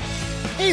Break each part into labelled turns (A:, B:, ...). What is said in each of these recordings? A: Hey,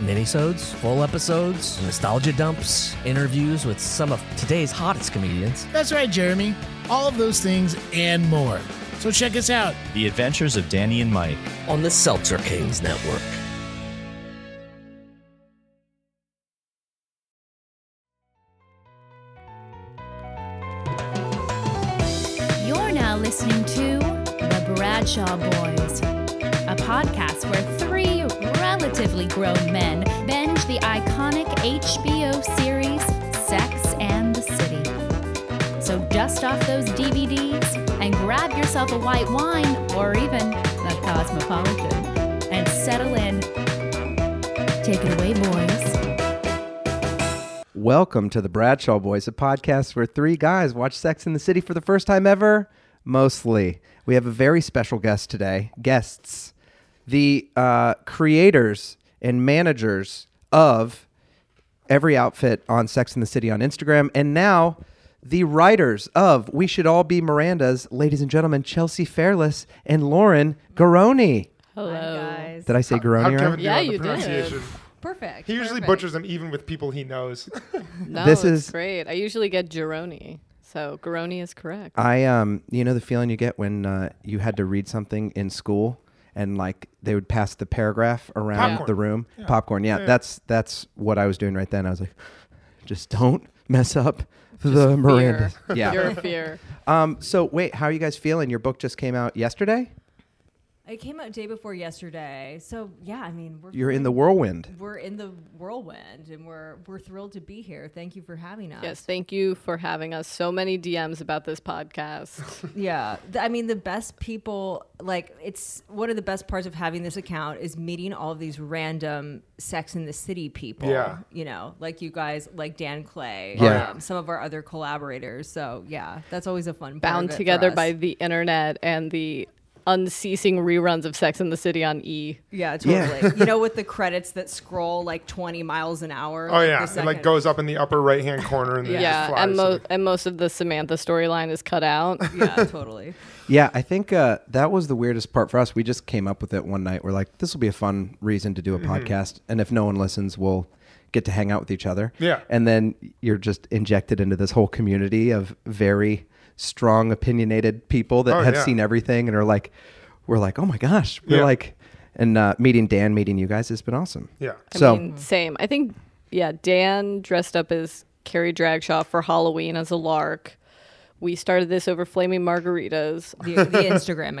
B: minisodes, full episodes, nostalgia dumps, interviews with some of today's hottest comedians.
A: That's right, Jeremy. All of those things and more. So check us out.
C: The Adventures of Danny and Mike.
B: on the Seltzer Kings Network.
D: You're now listening to The Bradshaw Boys, a podcast where three relatively grown men binge the iconic HBO series Sex and the City. So dust off those DVDs and grab yourself a white wine or even a cosmopolitan and settle in. Take it away, boys.
E: Welcome to the Bradshaw Boys, a podcast where three guys watch Sex in the City for the first time ever, mostly. We have a very special guest today. Guests, the uh, creators and managers of every outfit on Sex in the City on Instagram, and now the writers of We Should All Be Miranda's, ladies and gentlemen, Chelsea Fairless and Lauren Garoni.
F: guys.
E: Did I say Garoni?
G: How
E: right?
G: Kevin
F: Yeah,
G: yeah,
F: you
G: you
F: did.
G: pronunciation.
F: Perfect.
G: He usually
F: perfect.
G: butchers them even with people he knows.
F: No,
E: This
F: it's
E: is-
F: great. I usually get Gironi, so Gironi is correct.
E: I um, you know the feeling you get when uh, you had to read something in school and like they would pass the paragraph around
G: Popcorn.
E: the room. Popcorn, yeah, That's that's what I was doing right then. I was like, just don't mess up the Miranda.
F: Fear.
E: Yeah.
F: Your fear.
E: Um. So wait, how are you guys feeling? Your book just came out yesterday.
H: It came out day before yesterday. So yeah, I mean we're
E: You're in the whirlwind.
H: we're in the whirlwind and we're we're thrilled to be here. Thank you for having us.
F: Yes, thank you for having us. So many DMs about this podcast.
H: Yeah. Th- I mean the best people like it's one of the best parts of having this account is meeting all of these random sex in the city people.
G: Yeah.
H: You know, like you guys, like Dan Clay,
E: Yeah.
H: um, some of our other collaborators. So yeah, that's always a fun part
F: Bound
H: of it for
F: together
H: us.
F: by the internet and the unceasing reruns of Sex in the City on E.
H: Yeah,
E: Yeah.
H: totally. you know, with the credits that scroll like twenty miles an hour.
G: Oh yeah,
H: the
G: it like
H: second-
G: goes up in the upper right hand corner and then it just
F: Yeah,
G: flies.
F: and, mo- and most of the Samantha storyline is cut out.
H: Yeah, totally.
E: Yeah, I think uh, that was the weirdest part for us. We just came up with it one night. We're like, this will be a fun reason to do
G: Mm-hmm.
E: a podcast, and if no one listens, we'll get to hang out with each other.
G: Yeah.
E: and then you're just injected into this whole community of very strong, opinionated people that
G: Oh,
E: have
G: yeah.
E: seen everything and are like, we're like, oh my gosh, we're
G: Yeah.
E: like, and uh, meeting Dan, meeting you guys has been awesome.
G: yeah.
E: so
F: mean, same. I think, yeah, Dan dressed up as Carrie Dragshaw for Halloween as a lark. We started this over Flaming Margaritas.
H: the, the Instagram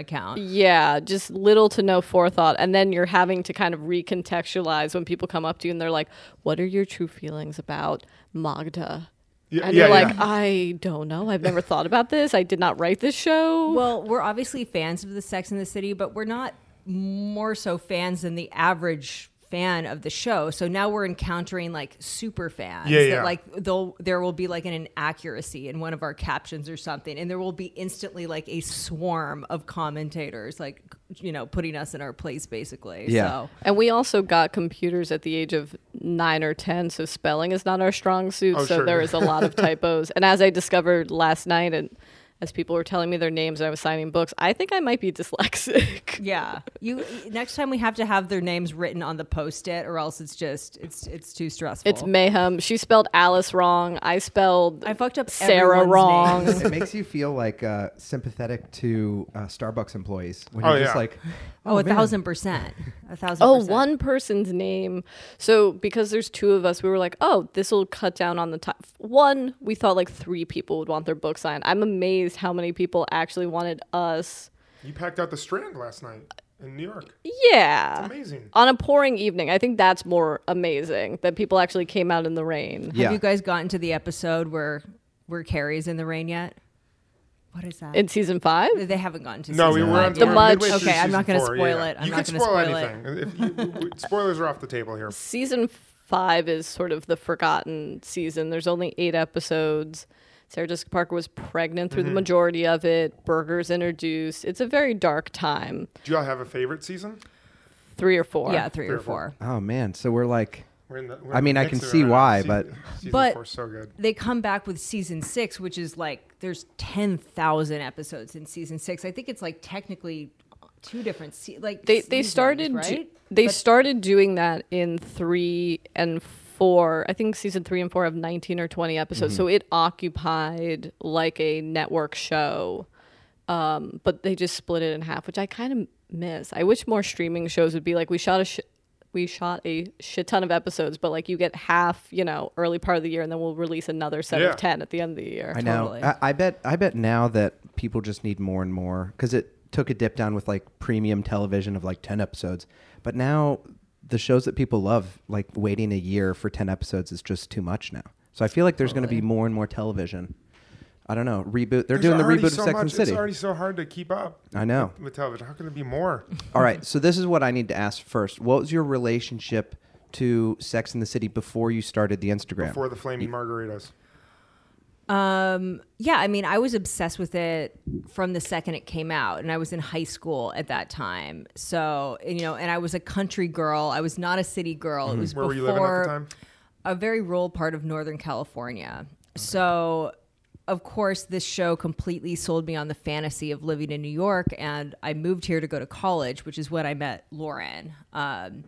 H: account.
F: Yeah, just little to no forethought. And then you're having to kind of recontextualize when people come up to you and they're like, What are your true feelings about Magda?
G: Yeah,
F: and
G: yeah,
F: you're like,
G: yeah.
F: I don't know. I've never thought about this. I did not write this show.
H: Well, we're obviously fans of the Sex in the City, but we're not more so fans than the average fan of the show. So now we're encountering like super fans.
G: Yeah,
H: that,
G: yeah.
H: like they'll there will be like an inaccuracy in one of our captions or something, and there will be instantly like a swarm of commentators, like you know, putting us in our place basically.
E: Yeah.
H: So
F: And we also got computers at the age of nine or 10, so spelling is not our strong suit.
G: Oh,
F: so
G: sure.
F: there is a lot of typos. And as I discovered last night, and as people were telling me their names and I was signing books, I think I might be dyslexic.
H: yeah, you next time we have to have their names written on the post it, or else it's just it's it's too stressful.
F: It's mayhem. She spelled Alice wrong. I spelled
H: I fucked up
F: Sarah
H: everyone's
F: wrong.
H: names.
E: it makes you feel like uh, sympathetic to uh, Starbucks employees when
G: Oh,
E: you're just
G: yeah.
E: like,
H: Oh, a
E: man."
H: thousand percent. A thousand
F: Oh,
H: percent.
F: one person's name. So because there's two of us, we were like, oh, this will cut down on the time. One, we thought like three people would want their book signed. I'm amazed how many people actually wanted us.
G: You packed out the Strand last night in New York.
F: Yeah.
G: Amazing.
F: on a pouring evening. I think that's more amazing that people actually came out in the rain.
E: Yeah.
H: Have you guys gotten to the episode where where Carrie's in the rain yet? What is that?
F: In season five,
H: they haven't gotten to
G: No, we
H: season
G: were on
H: five
G: we
F: The
H: yet.
G: were
F: mud-
G: midway through
H: Okay, I'm
G: season
H: not gonna
G: four,
H: spoil
G: yeah.
H: it. I'm
G: you
H: not
G: can
H: gonna
G: spoil
H: spoil it.
G: anything. If you- w- w- spoilers are off the table here.
F: season five is sort of the forgotten season. There's only eight episodes. Sarah Jessica Parker was pregnant through the majority of it. Burgers introduced. It's a very dark time.
G: Do y'all have a favorite season?
F: Three or four.
H: yeah, three
G: Three
H: or
G: or four.
H: four.
E: Oh man, so we're like
G: We're in the, we're
E: I
G: in the
E: mean, I
G: mix
E: can
G: of it
E: see
G: now.
E: why,
G: season,
E: but-
G: season
H: But-
G: four's so good.
H: They come back with season six, which is like there's ten thousand episodes in season six. I think it's like technically two different se- like
F: They they
H: seasons,
F: started do-
H: right.
F: they started doing that in three and four. I think season three and four have nineteen or twenty episodes.
E: Mm-hmm.
F: So it occupied like a network show. Um, but they just split it in half, which I kind of miss. I wish more streaming shows would be like we shot a sh- we shot a shit ton of episodes, but like you get half, you know, early part of the year, and then we'll release another set
G: Yeah.
F: of ten at the end of the year.
E: I know.
H: Totally.
E: I, I bet. I bet now that people just need more and more because it took a dip down with like premium television of like ten episodes, but now the shows that people love, like waiting a year for ten episodes, is just too much now. So I feel like there's going to be more and more television. I don't know. Reboot. They're
G: There's
E: doing the
G: already
E: reboot
G: so
E: of Sex
G: much,
E: and City.
G: It's already so hard to keep up
E: I know.
G: with television. How can there be more?
E: All right. So this is what I need to ask first. What was your relationship to Sex and the City before you started the Instagram?
G: Before the flaming margaritas.
H: Um, yeah, I mean, I was obsessed with it from the second it came out, and I was in high school at that time. So and, you know, and I was a country girl. I was not a city girl. It was
G: Mm-hmm. Where were you
H: before
G: living at the time?
H: a very rural part of Northern California. So, of course, this show completely sold me on the fantasy of living in New York, and I moved here to go to college, which is when I met Lauren. Um,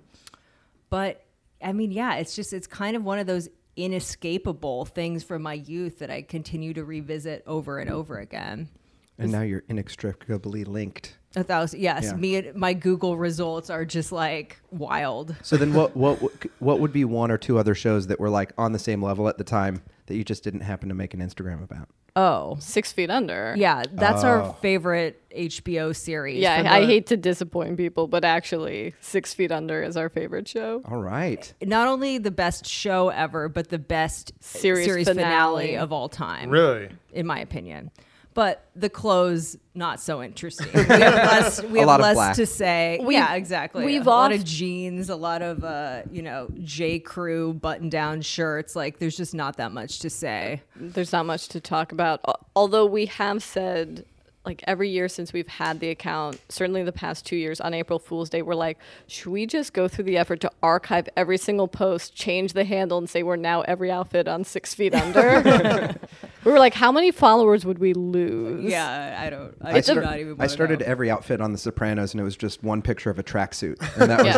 H: but I mean, yeah, it's just it's kind of one of those inescapable things from my youth that I continue to revisit over and over again.
E: and now you're inextricably linked.
H: A thousand, yes,
E: Yeah.
H: me and my Google results are just like wild.
E: So then, what what what would be one or two other shows that were like on the same level at the time that you just didn't happen to make an Instagram about?
H: Oh,
F: Six feet under.
H: yeah, that's our favorite HBO series.
F: Yeah,
H: from
F: I, I
H: the-
F: hate to disappoint people, but actually, Six Feet Under is our favorite show.
E: All right,
H: not only the best show ever, but the best
F: Series
H: series, finale.
F: finale.
H: of all time,
G: Really?
H: in my opinion. But the close, not so interesting. We have less,
E: A
H: we have
E: lot of
H: less
E: black.
H: to say.
F: We've-
H: yeah, exactly.
F: we've
H: a lot of
F: oft-
H: jeans, a lot of uh, you know J Crew button down shirts. Like, there's just not that much to say.
F: There's not much to talk about. Al- Although we have said, like every year since we've had the account, certainly the past two years on April Fool's Day, we're like, should we just go through the effort to archive every single post, change the handle, and say we're now every outfit on Six Feet Under? we were like, how many followers would we lose?
H: Yeah, I don't. I,
E: I,
H: do
E: start-
H: not even.
E: I
H: wanna
E: started
H: know.
E: every outfit on The Sopranos, and it was just one picture of a tracksuit, and that was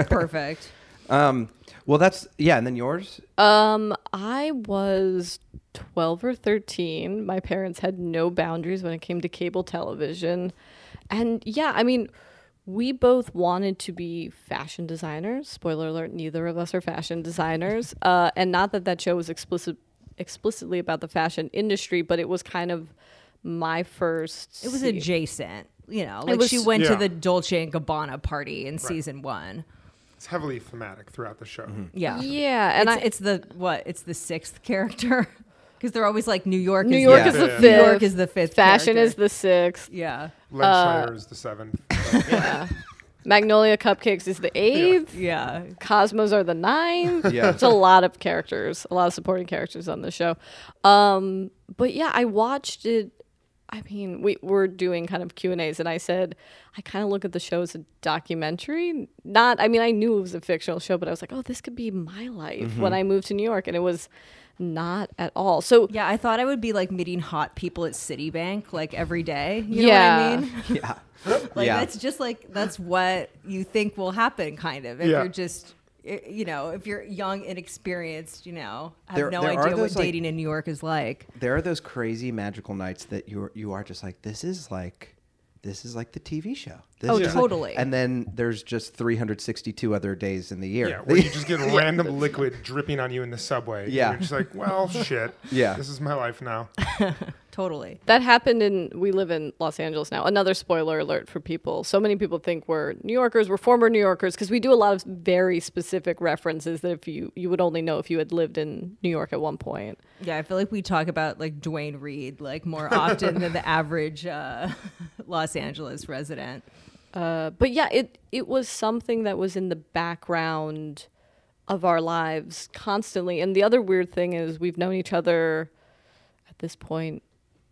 E: it.
H: perfect.
E: Um, well, that's yeah, and then yours.
F: Um, I was 12 or 13. My parents had no boundaries when it came to cable television. And yeah, I mean, we both wanted to be fashion designers. Spoiler alert, neither of us are fashion designers. Uh, and not that that show was explicit explicitly about the fashion industry, but it was kind of my first
H: It was
F: se-
H: adjacent. You know, like
F: was-
H: she went to
G: Yeah.
H: the Dolce and Gabbana party in season one.
G: It's heavily thematic throughout the show.
E: Mm-hmm.
H: Yeah.
F: Yeah, and
H: and
F: I,
H: it's, it's the what? It's the sixth character because they're always like New York.
F: New
H: is
F: York
E: Yeah.
F: is the
G: Yeah.
F: fifth.
H: New York is the fifth.
F: Fashion is
H: character.
F: the sixth.
H: yeah,
G: Len Schneider is the seventh.
F: Magnolia Cupcakes is the eighth.
H: yeah.
F: Cosmos are the ninth.
E: Yeah.
F: It's a lot of characters, a lot of supporting characters on the show. Um, but yeah, I watched it. I mean, we were doing kind of Q and A's, and I said I kind of look at the show as a documentary. Not, I mean, I knew it was a fictional show, but I was like, oh, this could be my life when I moved to New York, and it was not at all. So
H: Yeah, I thought I would be like meeting hot people at Citibank like every day. You know
F: Yeah.
H: what I mean?
E: Yeah,
H: Like
E: Yeah.
H: that's just like that's what you think will happen, kind of. If
G: Yeah.
H: you're just, i- you know, if you're young, inexperienced, you know, have
E: There-
H: no
E: there are
H: idea what
E: those, like-
H: dating in New York is like.
E: there are those crazy magical nights that you are, you are just like this is like. This is like the TV show. This
H: Oh,
E: is like-"
H: totally.
E: and then there's just 362 other days in the year.
G: Yeah, where you just get random liquid dripping on you in the subway. and
E: Yeah.
G: You're just like, well, shit.
E: Yeah.
G: This is my life now.
H: Totally.
F: That happened in we live in Los Angeles now. Another spoiler alert for people. So many people think we're New Yorkers, we're former New Yorkers because we do a lot of very specific references that if you you would only know if you had lived in New York at one point.
H: Yeah, I feel like we talk about like Dwayne Reed like more often than the average uh, Los Angeles resident.
F: Uh, but yeah, it it was something that was in the background of our lives constantly. And the other weird thing is we've known each other at this point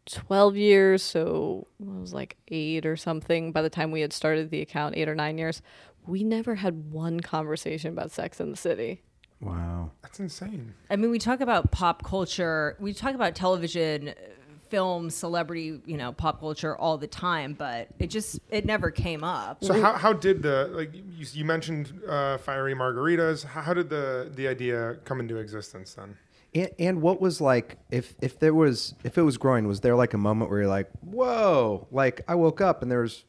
F: 12 years. So I was like eight or something by the time we had started the account, eight or nine years. We never had one conversation about sex in the city.
E: Wow.
G: That's insane.
H: I mean, we talk about pop culture, we talk about television, uh, film, celebrity, you know, pop culture all the time, but it just it never came up.
G: So how, how did the like you, you mentioned uh, fiery margaritas? How, how did the the idea come into existence then?
E: And, and what was like if if there was if it was growing was there like a moment where you're like whoa like I woke up and there was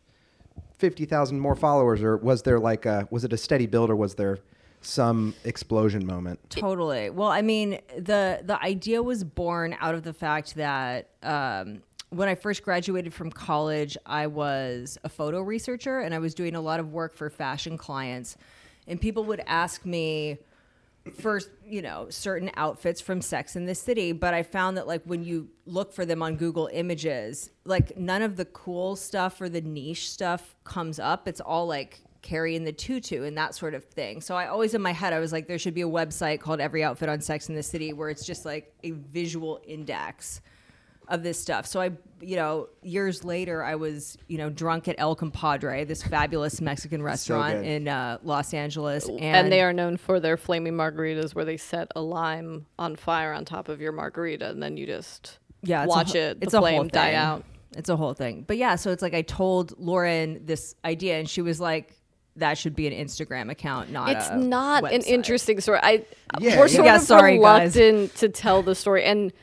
E: fifty thousand more followers or was there like a was it a steady build or was there some explosion moment
H: Totally. Well, I mean, the the idea was born out of the fact that um, when I first graduated from college, I was a photo researcher and I was doing a lot of work for fashion clients, and people would ask me for you know certain outfits from Sex in the City, but I found that like when you look for them on Google Images, like none of the cool stuff or the niche stuff comes up. It's all like carrying the tutu and that sort of thing. So I always in my head I was like there should be a website called Every Outfit on Sex in the City where it's just like a visual index of this stuff. So I, you know, years later I was, you know, drunk at El Compadre, this fabulous Mexican restaurant
E: good.
H: in uh, Los Angeles and,
F: And, they are known for their flaming margaritas where they set a lime on fire on top of your margarita and then you just
H: yeah, it's a
F: watch
H: whole-
F: it, the
H: it's a whole
F: flame die
H: thing.
F: out.
H: It's a whole thing. But yeah, so it's like I told Lauren this idea, and she was like, "That should be an Instagram account, not
F: It's
H: a
F: not an
H: website."
F: interesting story. I
E: Yeah, yeah.
F: we're sort
H: Yeah,
F: of
H: sorry, guys.
F: reluctant to tell the story, and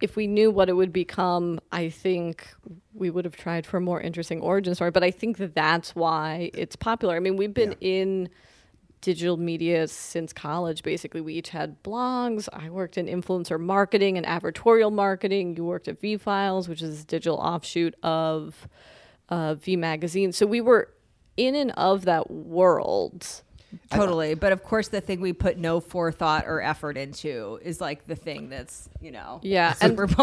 F: if we knew what it would become, I think we would have tried for a more interesting origin story. But I think that that's why it's popular. I mean, we've been in digital media since college. Basically, we each had blogs. I worked in influencer marketing and advertorial marketing. You worked at V Files, which is a digital offshoot of uh, V Magazine. So we were in and of that world.
H: Totally. But of course, the thing we put no forethought or effort into is like the thing that's, you know,
F: Yeah, and-
H: super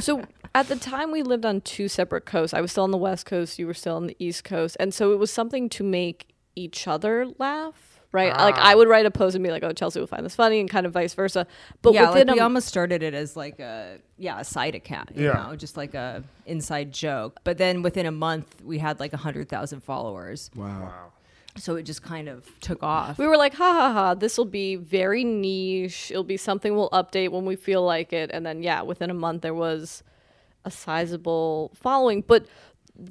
F: So at the time we lived on two separate coasts. I was still on the West Coast, you were still on the East Coast. And so it was something to make each other laugh, right? Like
H: Ah.
F: I would write a post and be like, "Oh, Chelsea will find this funny," and kind of vice versa. But
H: yeah, like
F: within
H: we
F: a,
H: almost started it as like a yeah a side account, you
G: Yeah.
H: know, just like a inside joke. But then within a month, we had like a hundred thousand followers.
E: wow
H: So it just kind of took off.
F: we were like, "Ha ha ha, this will be very niche. It'll be something we'll update when we feel like it." And then yeah, within a month there was a sizable following, but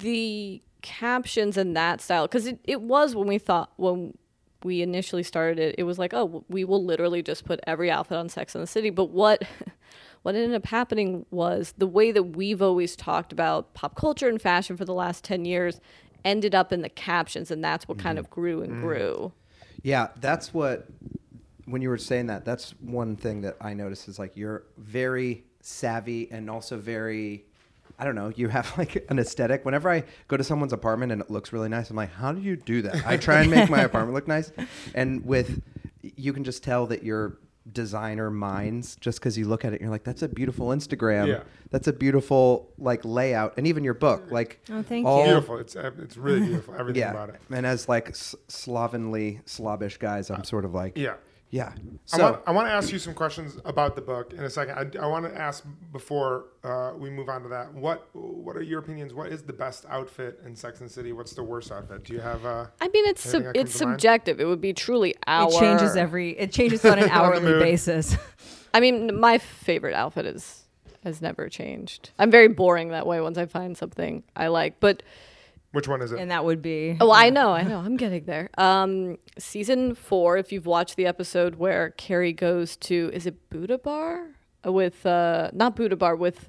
F: the captions and that style because it, it was when we thought when we initially started it it was like oh we will literally just put every outfit on sex in the city but what what ended up happening was the way that we've always talked about pop culture and fashion for the last 10 years ended up in the captions and that's what kind of grew and grew
E: Yeah, that's what when you were saying that, that's one thing that I noticed is like you're very savvy and also very I don't know, you have like an aesthetic. Whenever I go to someone's apartment and it looks really nice, I'm like, "How do you do that?" I try and make my apartment look nice. And with you can just tell that you're designer minds just cuz you look at it and you're like, "That's a beautiful Instagram.
G: Yeah.
E: That's a beautiful like layout." And even your book, like
H: Oh, thank
E: all-
H: you.
G: Beautiful. It's uh, it's really beautiful. Everything
E: yeah.
G: about it.
E: And as like s- slovenly, slobbish guys, I'm sort of like,
G: Uh, Yeah.
E: yeah.
G: I
E: So
G: want, I want to ask you some questions about the book in a second. I, I want to ask before uh, we move on to that. What What are your opinions? What is the best outfit in Sex and the City? What's the worst outfit? Do you have? Uh,
F: i mean it's
G: Anything
F: sub-
G: that
F: it's
G: comes to mind?
F: subjective it would be truly our
H: it changes every. It changes on an hourly
G: mood.
H: basis.
F: I mean, my favorite outfit is has never changed. I'm very boring that way. Once I find something I like, but
G: which one is it?
H: and that would be
F: oh, I know, I know, I'm getting there. Um, season four, if you've watched the episode where Carrie goes to, is it Buddha Bar with uh, not Buddha Bar with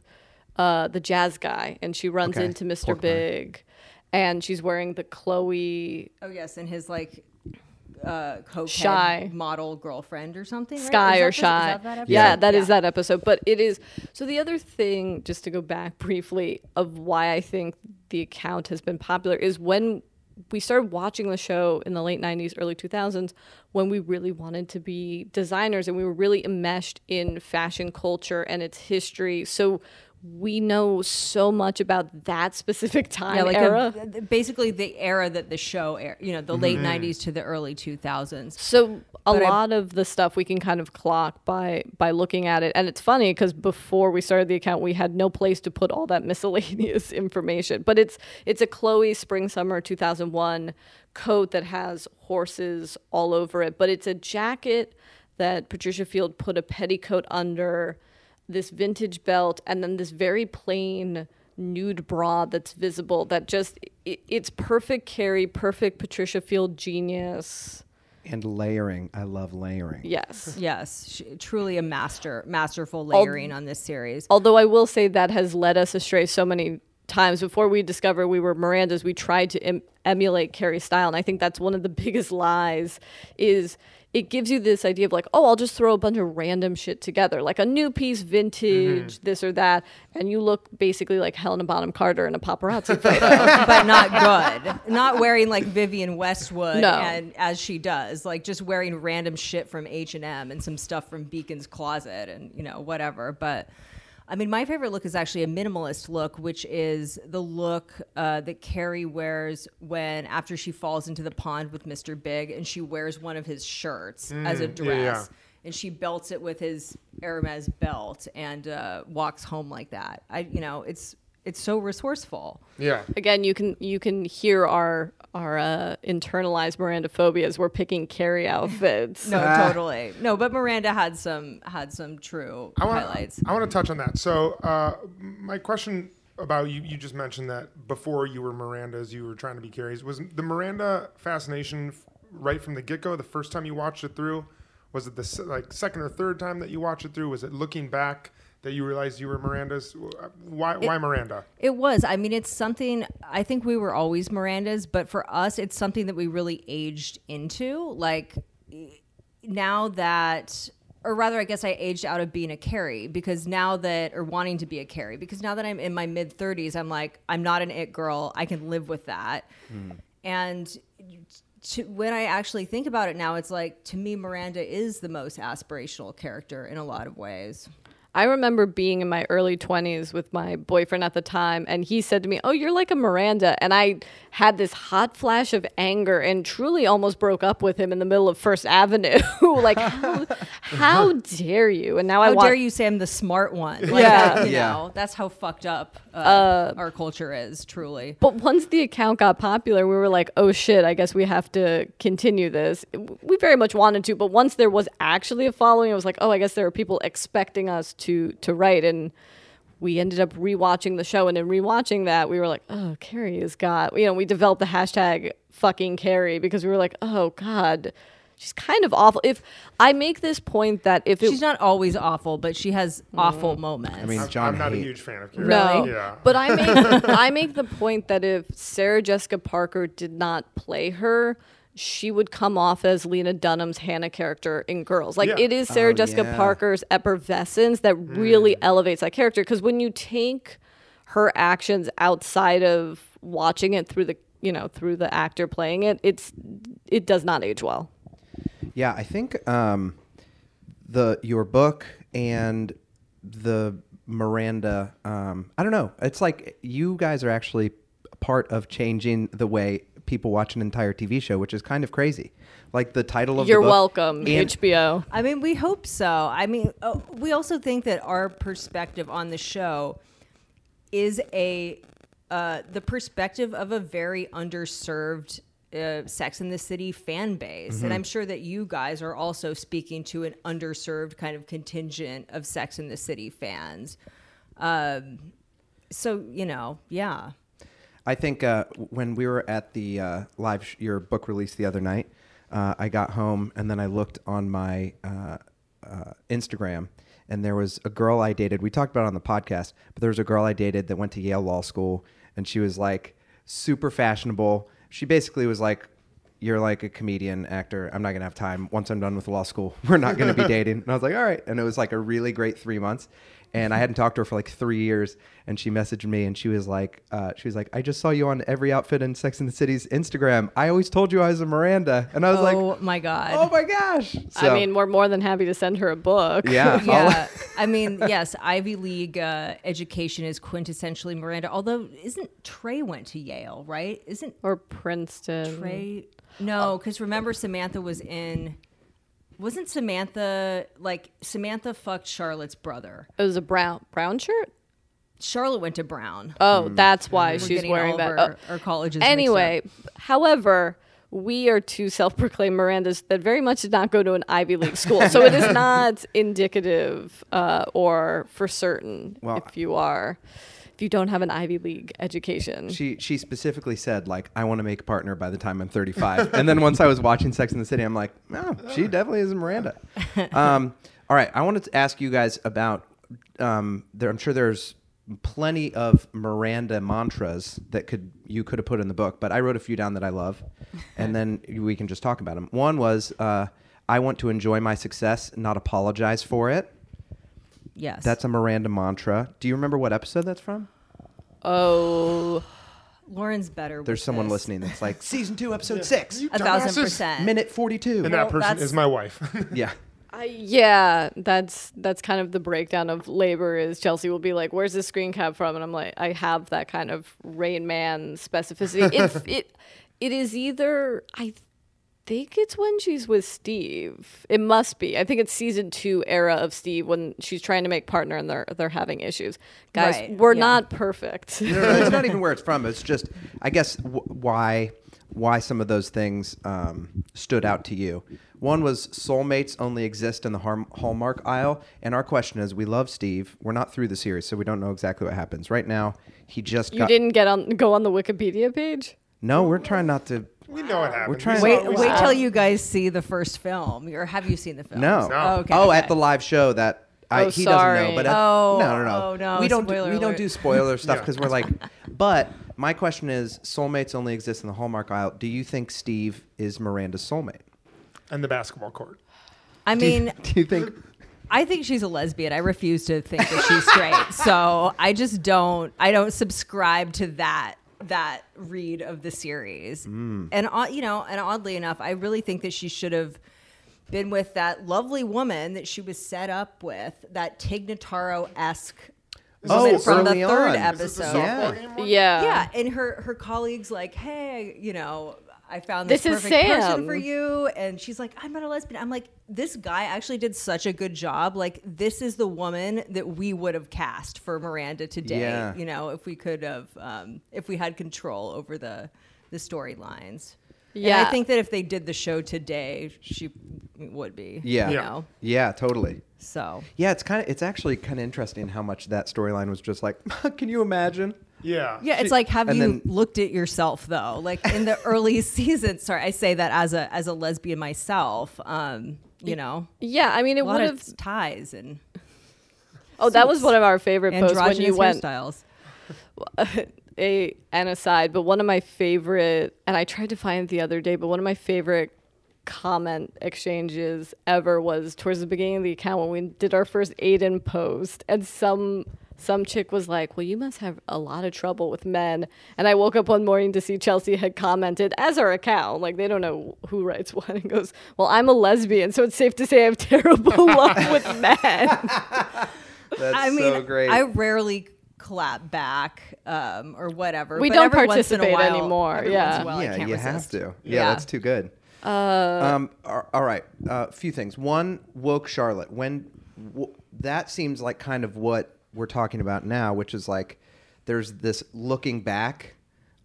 F: uh, the jazz guy, and she runs
E: Okay.
F: into Mr.
E: Pork Pie.
F: Big, and she's wearing the Chloe
H: oh yes, and his like uh cokehead
F: Shy.
H: model girlfriend or something. right?
F: Sky
H: Is that
F: or
H: this- is
F: Shy.
H: that that episode?
F: yeah, that is that episode. But it is so the other thing, just to go back briefly, of why I think the account has been popular is when we started watching the show in the late 90s, early 2000s, when we really wanted to be designers and we were really enmeshed in fashion culture and its history. So we know so much about that specific time
H: like a-
F: era.
H: th- basically the era that the show, air, you know, the late '90s to the early 2000s.
F: So a
H: But I-
F: lot of the stuff we can kind of clock by by looking at it, and it's funny because before we started the account, we had no place to put all that miscellaneous information. But it's it's a Chloe spring summer two thousand one coat that has horses all over it, but it's a jacket that Patricia Field put a petticoat under, this vintage belt, and then this very plain nude bra that's visible that just it, it's perfect carrie perfect patricia field genius
E: And layering. I love layering.
F: Yes.
H: Yes, she, truly a master, masterful layering on this series.
F: Although I will say that has led us astray so many times before we discover we were Miranda's, we tried to em- emulate Carrie's style. And I think that's one of the biggest lies is it gives you this idea of like, oh, I'll just throw a bunch of random shit together, like a new piece, vintage, this or that. And you look basically like Helena Bonham Carter in a paparazzi photo.
H: but not good. Not wearing like Vivian Westwood
F: No.
H: and as she does, like just wearing random shit from H and M and some stuff from Beacon's closet and you know whatever. But I mean, my favorite look is actually a minimalist look, which is the look uh, that Carrie wears when after she falls into the pond with Mr. Big, and she wears one of his shirts as a
G: Mm, yeah, yeah.
H: dress. And she belts it with his Hermes belt and uh, walks home like that. I, you know, it's it's so resourceful.
G: Yeah.
F: Again, you can you can hear our our uh, internalized Miranda phobia as we're picking Carrie outfits.
H: No,
G: Ah.
H: totally. No, but Miranda had some had some true
G: I wanna,
H: highlights.
G: I want to touch on that. So, uh, my question about you, you just mentioned that before you were Miranda's, you were trying to be Carrie's. Was the Miranda fascination f- right from the get go, the first time you watched it through? Was it the se- like second or third time that you watched it through? Was it looking back that you realized you were Miranda's? uh, Why, why Miranda?
H: It was. I mean, it's something I think we were always Miranda's, but for us it's something that we really aged into. Like now that or rather I guess I aged out of being a Carrie because now that or wanting to be a Carrie because now that I'm in my mid 30s I'm like I'm not an it girl. I can live with that. And to, when I actually think about it now it's like to me Miranda is the most aspirational character in a lot of ways.
F: I remember being in my early 20s with my boyfriend at the time, and he said to me, Oh, you're like a Miranda. And I had this hot flash of anger and truly almost broke up with him in the middle of First Avenue. like, how, how dare you? And now I
H: How
F: want.
H: dare you say I'm the smart one? Like,
F: Yeah.
H: that, you
E: Yeah.
H: know, that's how fucked up uh, our culture is, truly.
F: But once the account got popular, we were like, oh shit, I guess we have to continue this. We very much wanted to, but once there was actually a following, it was like, oh, I guess there are people expecting us to to write. And we ended up rewatching the show. And in rewatching that, we were like, oh, Carrie has got, you know, we developed the hashtag fucking Carrie because we were like, oh, God. She's kind of awful. If I make this point that if it,
H: She's not always awful, but she has
F: Mm-hmm.
H: awful moments.
E: I mean,
G: I'm,
E: John.
G: I'm not a
E: Haidt.
G: huge fan of Carrie.
F: No.
G: Yeah.
F: But I make I make the point that if Sarah Jessica Parker did not play her, she would come off as Lena Dunham's Hannah character in Girls. Like
G: Yeah.
F: it is Sarah
E: Oh,
F: Jessica
E: yeah.
F: Parker's efervescence that really
G: Mm.
F: elevates that character because when you take her actions outside of watching it through the you know through the actor playing it, it's it does not age well.
E: Yeah, I think um, the your book and the Miranda. Um, I don't know. It's like you guys are actually part of changing the way people watch an entire TV show, which is kind of crazy. Like the title of the
F: You're
E: book
F: welcome,
E: and-
F: HBO.
H: I mean, we hope so. I mean, uh, we also think that our perspective on the show is a uh, the perspective of a very underserved uh, Sex in the City fan base, and I'm sure that you guys are also speaking to an underserved kind of contingent of Sex in the City fans. Um, so you know, yeah.
E: I think uh, when we were at the uh, live sh- your book release the other night, uh, I got home and then I looked on my uh, uh, Instagram and there was a girl I dated. We talked about it on the podcast, but there was a girl I dated that went to Yale Law School and she was like super fashionable. She basically was like, "You're like a comedian actor. I'm not gonna have time. Once I'm done with law school, we're not gonna be dating." And I was like, "All right." And it was like a really great three months and I hadn't talked to her for like three years. And she messaged me, and she was like, uh, she was like, I just saw you on every outfit in Sex and the City's Instagram. I always told you I was a Miranda, and I was
H: oh
E: like,
H: my god.
E: oh my gosh. So,
F: I mean, we're more than happy to send her a book.
E: yeah,
H: yeah. I mean, yes, Ivy League uh, education is quintessentially Miranda. Although, isn't Trey went to Yale, right? Isn't
F: or Princeton.
E: Mm-hmm.
H: Trey?
E: Oh.
H: No, because remember Samantha was in. Wasn't Samantha like Samantha fucked Charlotte's brother?
F: It was a brown brown shirt.
H: Charlotte went to Brown.
F: Oh, that's why
H: We're
F: she's
H: getting
F: wearing
H: all
F: that.
H: of
F: Oh.
H: Our, our colleges. mixed
F: Anyway,
H: up.
F: however, we are two self-proclaimed Mirandas that very much did not go to an Ivy League school, so it is not indicative uh, or for certain
E: Well,
F: if you are if you don't have an Ivy League education.
E: She she specifically said like I want to make a partner by the time I'm 35. and then once I was watching Sex in the City, I'm like, no, she definitely is Miranda. um, all right, I wanted to ask you guys about. Um, there, I'm sure there's plenty of Miranda mantras that could you could have put in the book, but I wrote a few down that I love, and then we can just talk about them. One was uh, I want to enjoy my success, not apologize for it.
H: yes,
E: That's a Miranda mantra. Do you remember what episode that's from?
F: oh,
H: Lauren's better. with
E: There's someone
H: this.
E: listening that's like season two, episode six.
H: A thousand
G: Dumbasses.
H: percent.
E: minute 42
G: And
H: Well,
G: that person
H: that's-
G: is my wife.
E: yeah
F: I, yeah, that's that's kind of the breakdown of labor. Is Chelsea will be like, "Where's this screen cap from?" And I'm like, I have that kind of Rain Man specificity. if it it is either I think it's when she's with Steve. It must be. I think it's season two era of Steve when she's trying to make partner and they're they're having issues. Guys,
H: Right,
F: we're
H: yeah.
F: not perfect.
E: No, no, no, it's not even where it's from it's just i guess w- why why some of those things um, stood out to you one was soulmates only exist in the harm- hallmark aisle and our question is we love steve we're not through the series so we don't know exactly what happens right now he just
F: you
E: got
F: didn't get on go on the Wikipedia page.
E: no we're trying not to
G: we know it happened. We
E: trying-
G: saw
H: Wait,
G: it. We
H: wait
G: saw
H: till
G: it.
H: you guys see the first film, or have you seen the film?
E: no
G: No.
H: Okay.
E: oh at the live show that I,
F: Oh,
E: he doesn't
F: sorry.
E: know, but at-
H: Oh,
E: no, no, no,
H: oh, no,
E: We don't, do,
H: spoiler
E: we don't
H: alert.
E: do spoiler stuff
G: Yeah.
E: because we're like. But my question is, soulmates only exist in the Hallmark aisle. Do you think Steve is Miranda's soulmate?
G: And the basketball court.
H: I mean,
E: Do you think?
H: I think she's a lesbian. I refuse to think that she's straight. so I just don't. I don't subscribe to that that read of the series.
E: Mm.
H: And uh, you know, and oddly enough, I really think that she should have been with that lovely woman that she was set up with, that Tignataro esque.
E: Oh,
H: woman from the
E: early on.
H: third
E: Is
G: Is this the
H: episode.
E: Yeah.
G: softball game one?
F: Yeah.
H: Yeah, and her her colleagues like, hey, you know, I found this,
F: This is
H: perfect person
F: Sam."
H: for you, and she's like, I'm not a lesbian. I'm like, this guy actually did such a good job. Like, this is the woman that we would have cast for Miranda today.
E: Yeah.
H: You know, if we could have, um, if we had control over the the storylines. And I
F: Yeah.
H: think that if they did the show today, she would be.
E: Yeah.
H: you
G: Yeah.
H: know?
E: Yeah, totally.
H: So
E: Yeah, it's kind of. It's actually kind of interesting how much that storyline was just like. Can you imagine?
G: Yeah.
H: Yeah, it's like have
E: and
H: you
E: then-
H: looked at yourself though? Like in the early seasons. Sorry, I say that as a as a lesbian myself. Um, you know,
F: Yeah, I mean
H: a
F: it
H: lot
F: would
H: of
F: have
H: ties and
F: Oh, that was one of our favorite posts when
H: androgynous
F: you went
H: hairstyles.
F: a an aside, but one of my favorite, and I tried to find it the other day, but one of my favorite comment exchanges ever was towards the beginning of the account when we did our first Aiden post, and some some chick was like, "Well, you must have a lot of trouble with men." And I woke up one morning to see Chelsea had commented as our account, like they don't know who writes what, and goes, "Well, I'm a lesbian, so it's safe to say I have terrible luck with men."
E: That's
H: I mean,
E: so great.
H: I rarely clap back um, or whatever.
F: We
H: but
F: don't
H: every once in a
F: participate
H: while-
F: anymore,
H: every
F: yeah.
H: once in
G: Uh,
H: a while I
E: yeah,
H: can't
E: you have
H: resist.
E: to. Yeah, that's too good. um, ar- all right. A few things. One, woke Charlotte. When w- that seems like kind of what we're talking about now, which is like there's this looking back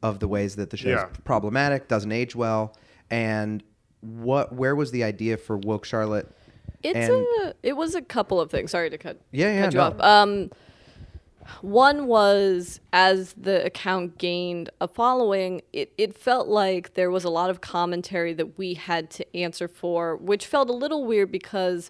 E: of the ways that the show
G: Yeah.
E: is problematic, doesn't age well, and what where was the idea for woke Charlotte?
F: It's
E: and-
F: a. It was a couple of things. Sorry to cut.
E: Yeah, yeah,
F: cut you
E: no.
F: off. Um, one was as the account gained a following, it it felt like there was a lot of commentary that we had to answer for, which felt a little weird because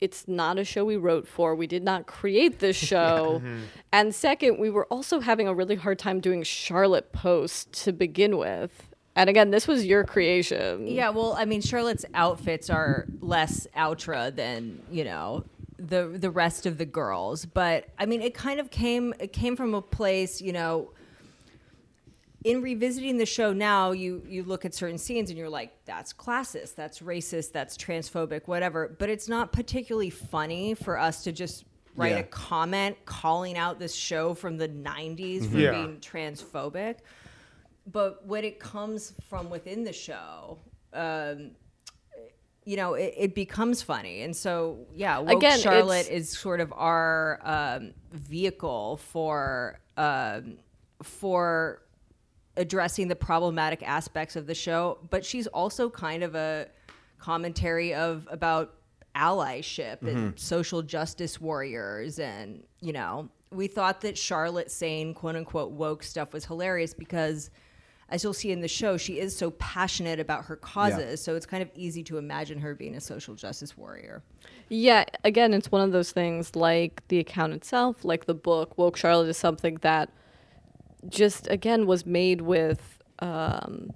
F: it's not a show we wrote for. We did not create this show. Mm-hmm. And second, we were also having a really hard time doing Charlotte posts to begin with. And again, this was your creation.
H: Yeah, well, I mean, Charlotte's outfits are less outra than you know the the rest of the girls, but I mean, it kind of came it came from a place, you know. In revisiting the show now, you you look at certain scenes and you're like, that's classist, that's racist, that's transphobic, whatever. But it's not particularly funny for us to just write
E: Yeah.
H: a comment calling out this show from the 90s for
G: Yeah.
H: being transphobic. But when it comes from within the show, um, you know, it, it becomes funny. And so, yeah, Woke
F: Again,
H: Charlotte
F: it's-
H: is sort of our um, vehicle for um, for addressing the problematic aspects of the show, but she's also kind of a commentary of about allyship and social justice warriors and you know we thought that Charlotte saying quote unquote woke stuff was hilarious because as you'll see in the show she is so passionate about her causes so it's kind of easy to imagine her being a social justice warrior
F: Yeah, again, it's one of those things like the account itself, like the book. Woke Charlotte is something that just, again, was made with. Um,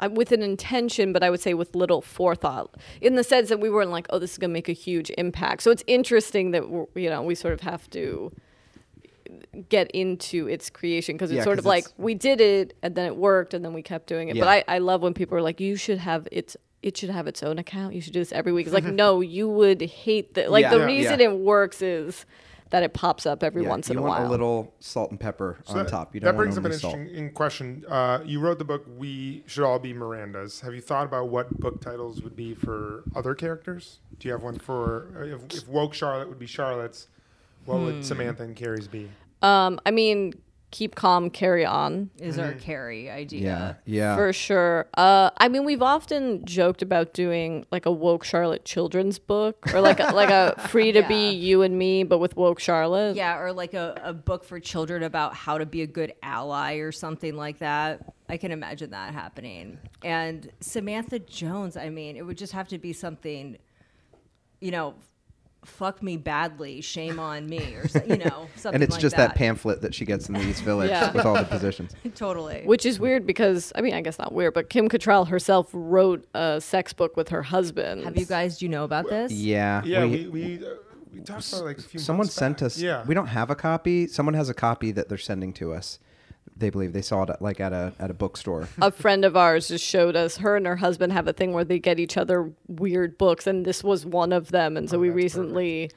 F: I- with an intention, but I would say with little forethought, in the sense that we weren't like, "Oh, this is going to make a huge impact." So it's interesting that we're, you know we sort of have to get into its creation because it's
E: Yeah,
F: sort
E: 'cause
F: of like
E: it's-
F: we did it and then it worked and then we kept doing it. But
E: Yeah.
F: I, I love when people are like, "You should have its it should have its own account. You should do this every week." It's like, no, you would hate that. Like
E: Yeah.
F: the
E: Yeah.
F: reason
E: Yeah.
F: it works is that it pops up every
E: Yeah,
F: once in
E: you
F: a
E: want
F: while.
E: a little salt and pepper
G: So
E: on
G: that,
E: top. You
G: that
E: don't
G: brings
E: want
G: up an
E: only salt.
G: interesting in question. Uh, you wrote the book "We Should All Be Mirandas." Have you thought about what book titles would be for other characters? Do you have one for uh, if, if woke Charlotte would be Charlotte's? What would Samantha and Carrie's be?
F: um, I mean, keep calm, carry on.
H: is our carry idea
E: Yeah, yeah.
F: For sure. Uh, I mean, we've often joked about doing like a woke Charlotte children's book, or like a, like a free to be you and me, but with woke Charlotte.
H: Yeah, or like a, a book for children about how to be a good ally or something like that. I can imagine that happening. And Samantha Jones, I mean, it would just have to be something, you know, fuck me badly, shame on me, or so- you know, something.
E: and it's
H: like
E: just that. pamphlet that she gets in the East Village
F: Yeah.
E: with all the positions.
H: totally.
F: Which is weird because I mean, I guess not weird, but Kim Cattrall herself wrote a sex book with her husband.
H: have you guys? Do you know about this?
E: Yeah,
G: Yeah,
E: we-
G: we we, uh, we talked about it, like a few.
E: Someone
G: months
E: sent
G: back.
E: us.
G: Yeah,
E: we don't have a copy. Someone has a copy that they're sending to us. They believe they saw it at, like at a at a bookstore.
F: a friend of ours just showed us her and her husband have a thing where they get each other weird books and this was one of them
H: Oh,
F: and so we recently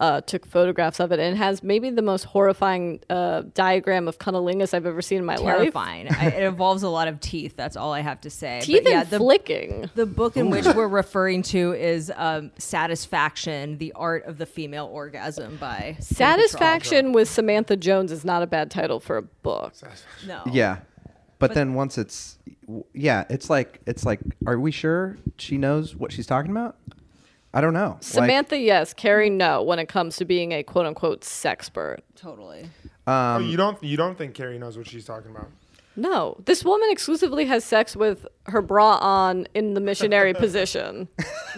F: uh, took photographs of it and it has maybe the most horrifying uh, diagram of cunnilingus i've ever seen in my life
H: Terrifying. I, it involves a lot of teeth. That's all I have to say. But
F: teeth
H: yeah,
F: and
H: the
F: flicking
H: The book in which we're referring to is um, Satisfaction, The Art of the Female Orgasm by Kim Cattrall.
F: satisfaction with samantha jones is not a bad title for a book
H: No.
E: yeah, but, then once it's w- yeah, it's like it's like, are we sure she knows what she's talking about? I don't know. Like,
F: samantha yes carrie no when it comes to being a quote-unquote sexpert
H: Totally.
G: Oh,
E: um,
G: you don't you don't think Carrie knows what she's talking about?
F: no this woman exclusively has sex with her bra on in the missionary position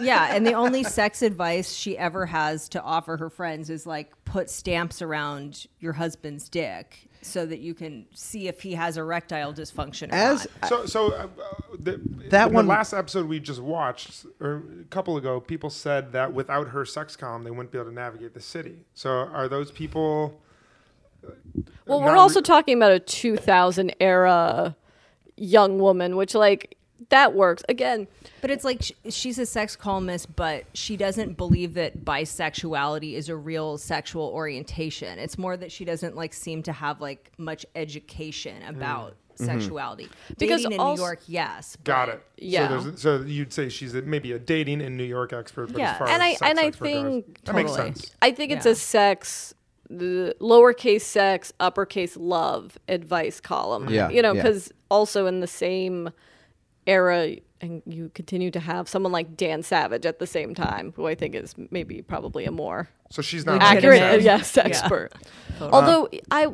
H: Yeah, and the only sex advice she ever has to offer her friends is like put stamps around your husband's dick so that you can see if he has erectile dysfunction or
E: as
G: So, so uh, the,
E: That
G: in
E: one-
G: The last episode we just watched, or a couple ago, people said that without her sex com, they wouldn't be able to navigate the city. So, are those people?
F: Well,
G: not
F: we're
G: re-
F: also talking about a 2000 era young woman, which like that works again.
H: But it's like sh- she's a sex columnist, but she doesn't believe that bisexuality is a real sexual orientation. It's more that she doesn't like seem to have like much education about sexuality.
F: Because
H: Dating in
F: als-
H: New York, yes.
G: Got
H: but-
G: it.
F: Yeah.
G: So, there's- so you'd say she's a, maybe a dating in New York expert, but
H: Yeah.
G: as far
F: And
G: as
F: I-
G: sex
F: and I
G: expert goes,
F: think-
G: that makes
H: Totally.
G: sense.
F: I think it's
H: Yeah.
F: a sex, the lowercase sex, uppercase love advice column.
E: Yeah,
F: you know,
E: yeah.
F: because also in the same era, and you continue to have someone like Dan Savage at the same time, who I think is maybe probably a more
G: So she's not
F: accurate,
G: making sense.
F: yes, expert. Although I,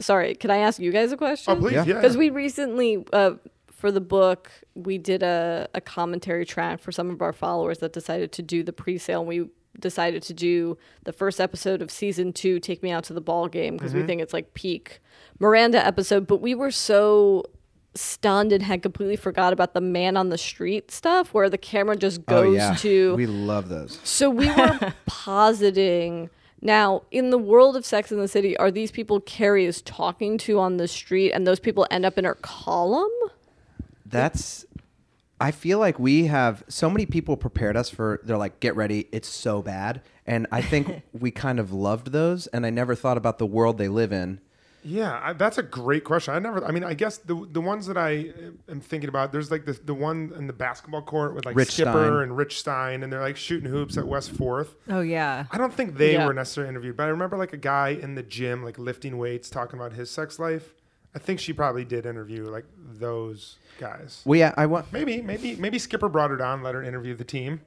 F: sorry, can I ask you guys a question?
G: Oh, please,
E: Yeah.
G: yeah.
F: because we recently uh, for the book we did a, a commentary track for some of our followers that decided to do the pre-sale and we decided to do the first episode of season two take me out to the ball game because
E: Mm-hmm.
F: we think it's like peak miranda episode but we were so stunned and had completely forgot about the man on the street stuff where the camera just
E: oh
F: goes
E: yeah,
F: to
E: we love those.
F: so we were positing. Now, in the world of Sex in the City, are these people Carrie is talking to on the street and those people end up in her column?
E: That's I feel like we have so many people prepared us for they're like get ready it's so bad and I think we kind of loved those and I never thought about the world they live in.
G: Yeah, I, that's a great question. I never. I mean, I guess the the ones that I uh, am thinking about. There's like the the one in the basketball court with like
E: Rich
G: Skipper
E: Stein.
G: and Rich Stein, and they're like shooting hoops at West Fourth.
H: Oh yeah.
G: I don't think they
F: Yeah.
G: were necessarily interviewed, but I remember like a guy in the gym like lifting weights talking about his sex life. I think she probably did interview like those guys.
E: Well yeah, I want
G: Maybe, maybe, maybe Skipper brought her down, let her interview the team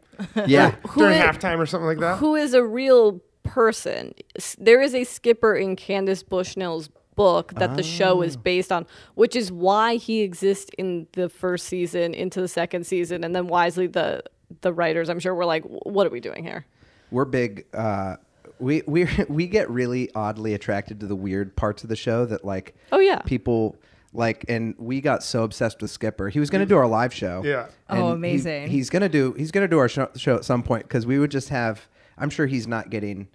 E: yeah.
G: during
F: i-
G: halftime or something like that.
F: who is a real person. S- There is a skipper in Candace Bushnell's book that the show is based on, which is why he exists in the first season into the second season, and then wisely the the writers, I'm sure, were like, "Wh- "What are we doing here?"
E: We're big uh we we we get really oddly attracted to the weird parts of the show that like
F: Oh, yeah.
E: people like and we got so obsessed with Skipper. He was going to do our live show.
G: Yeah.
E: And
H: Oh,
E: he-
H: amazing.
E: he's gonna do he's gonna do our show, show at some point because we would just have. I'm sure he's not getting.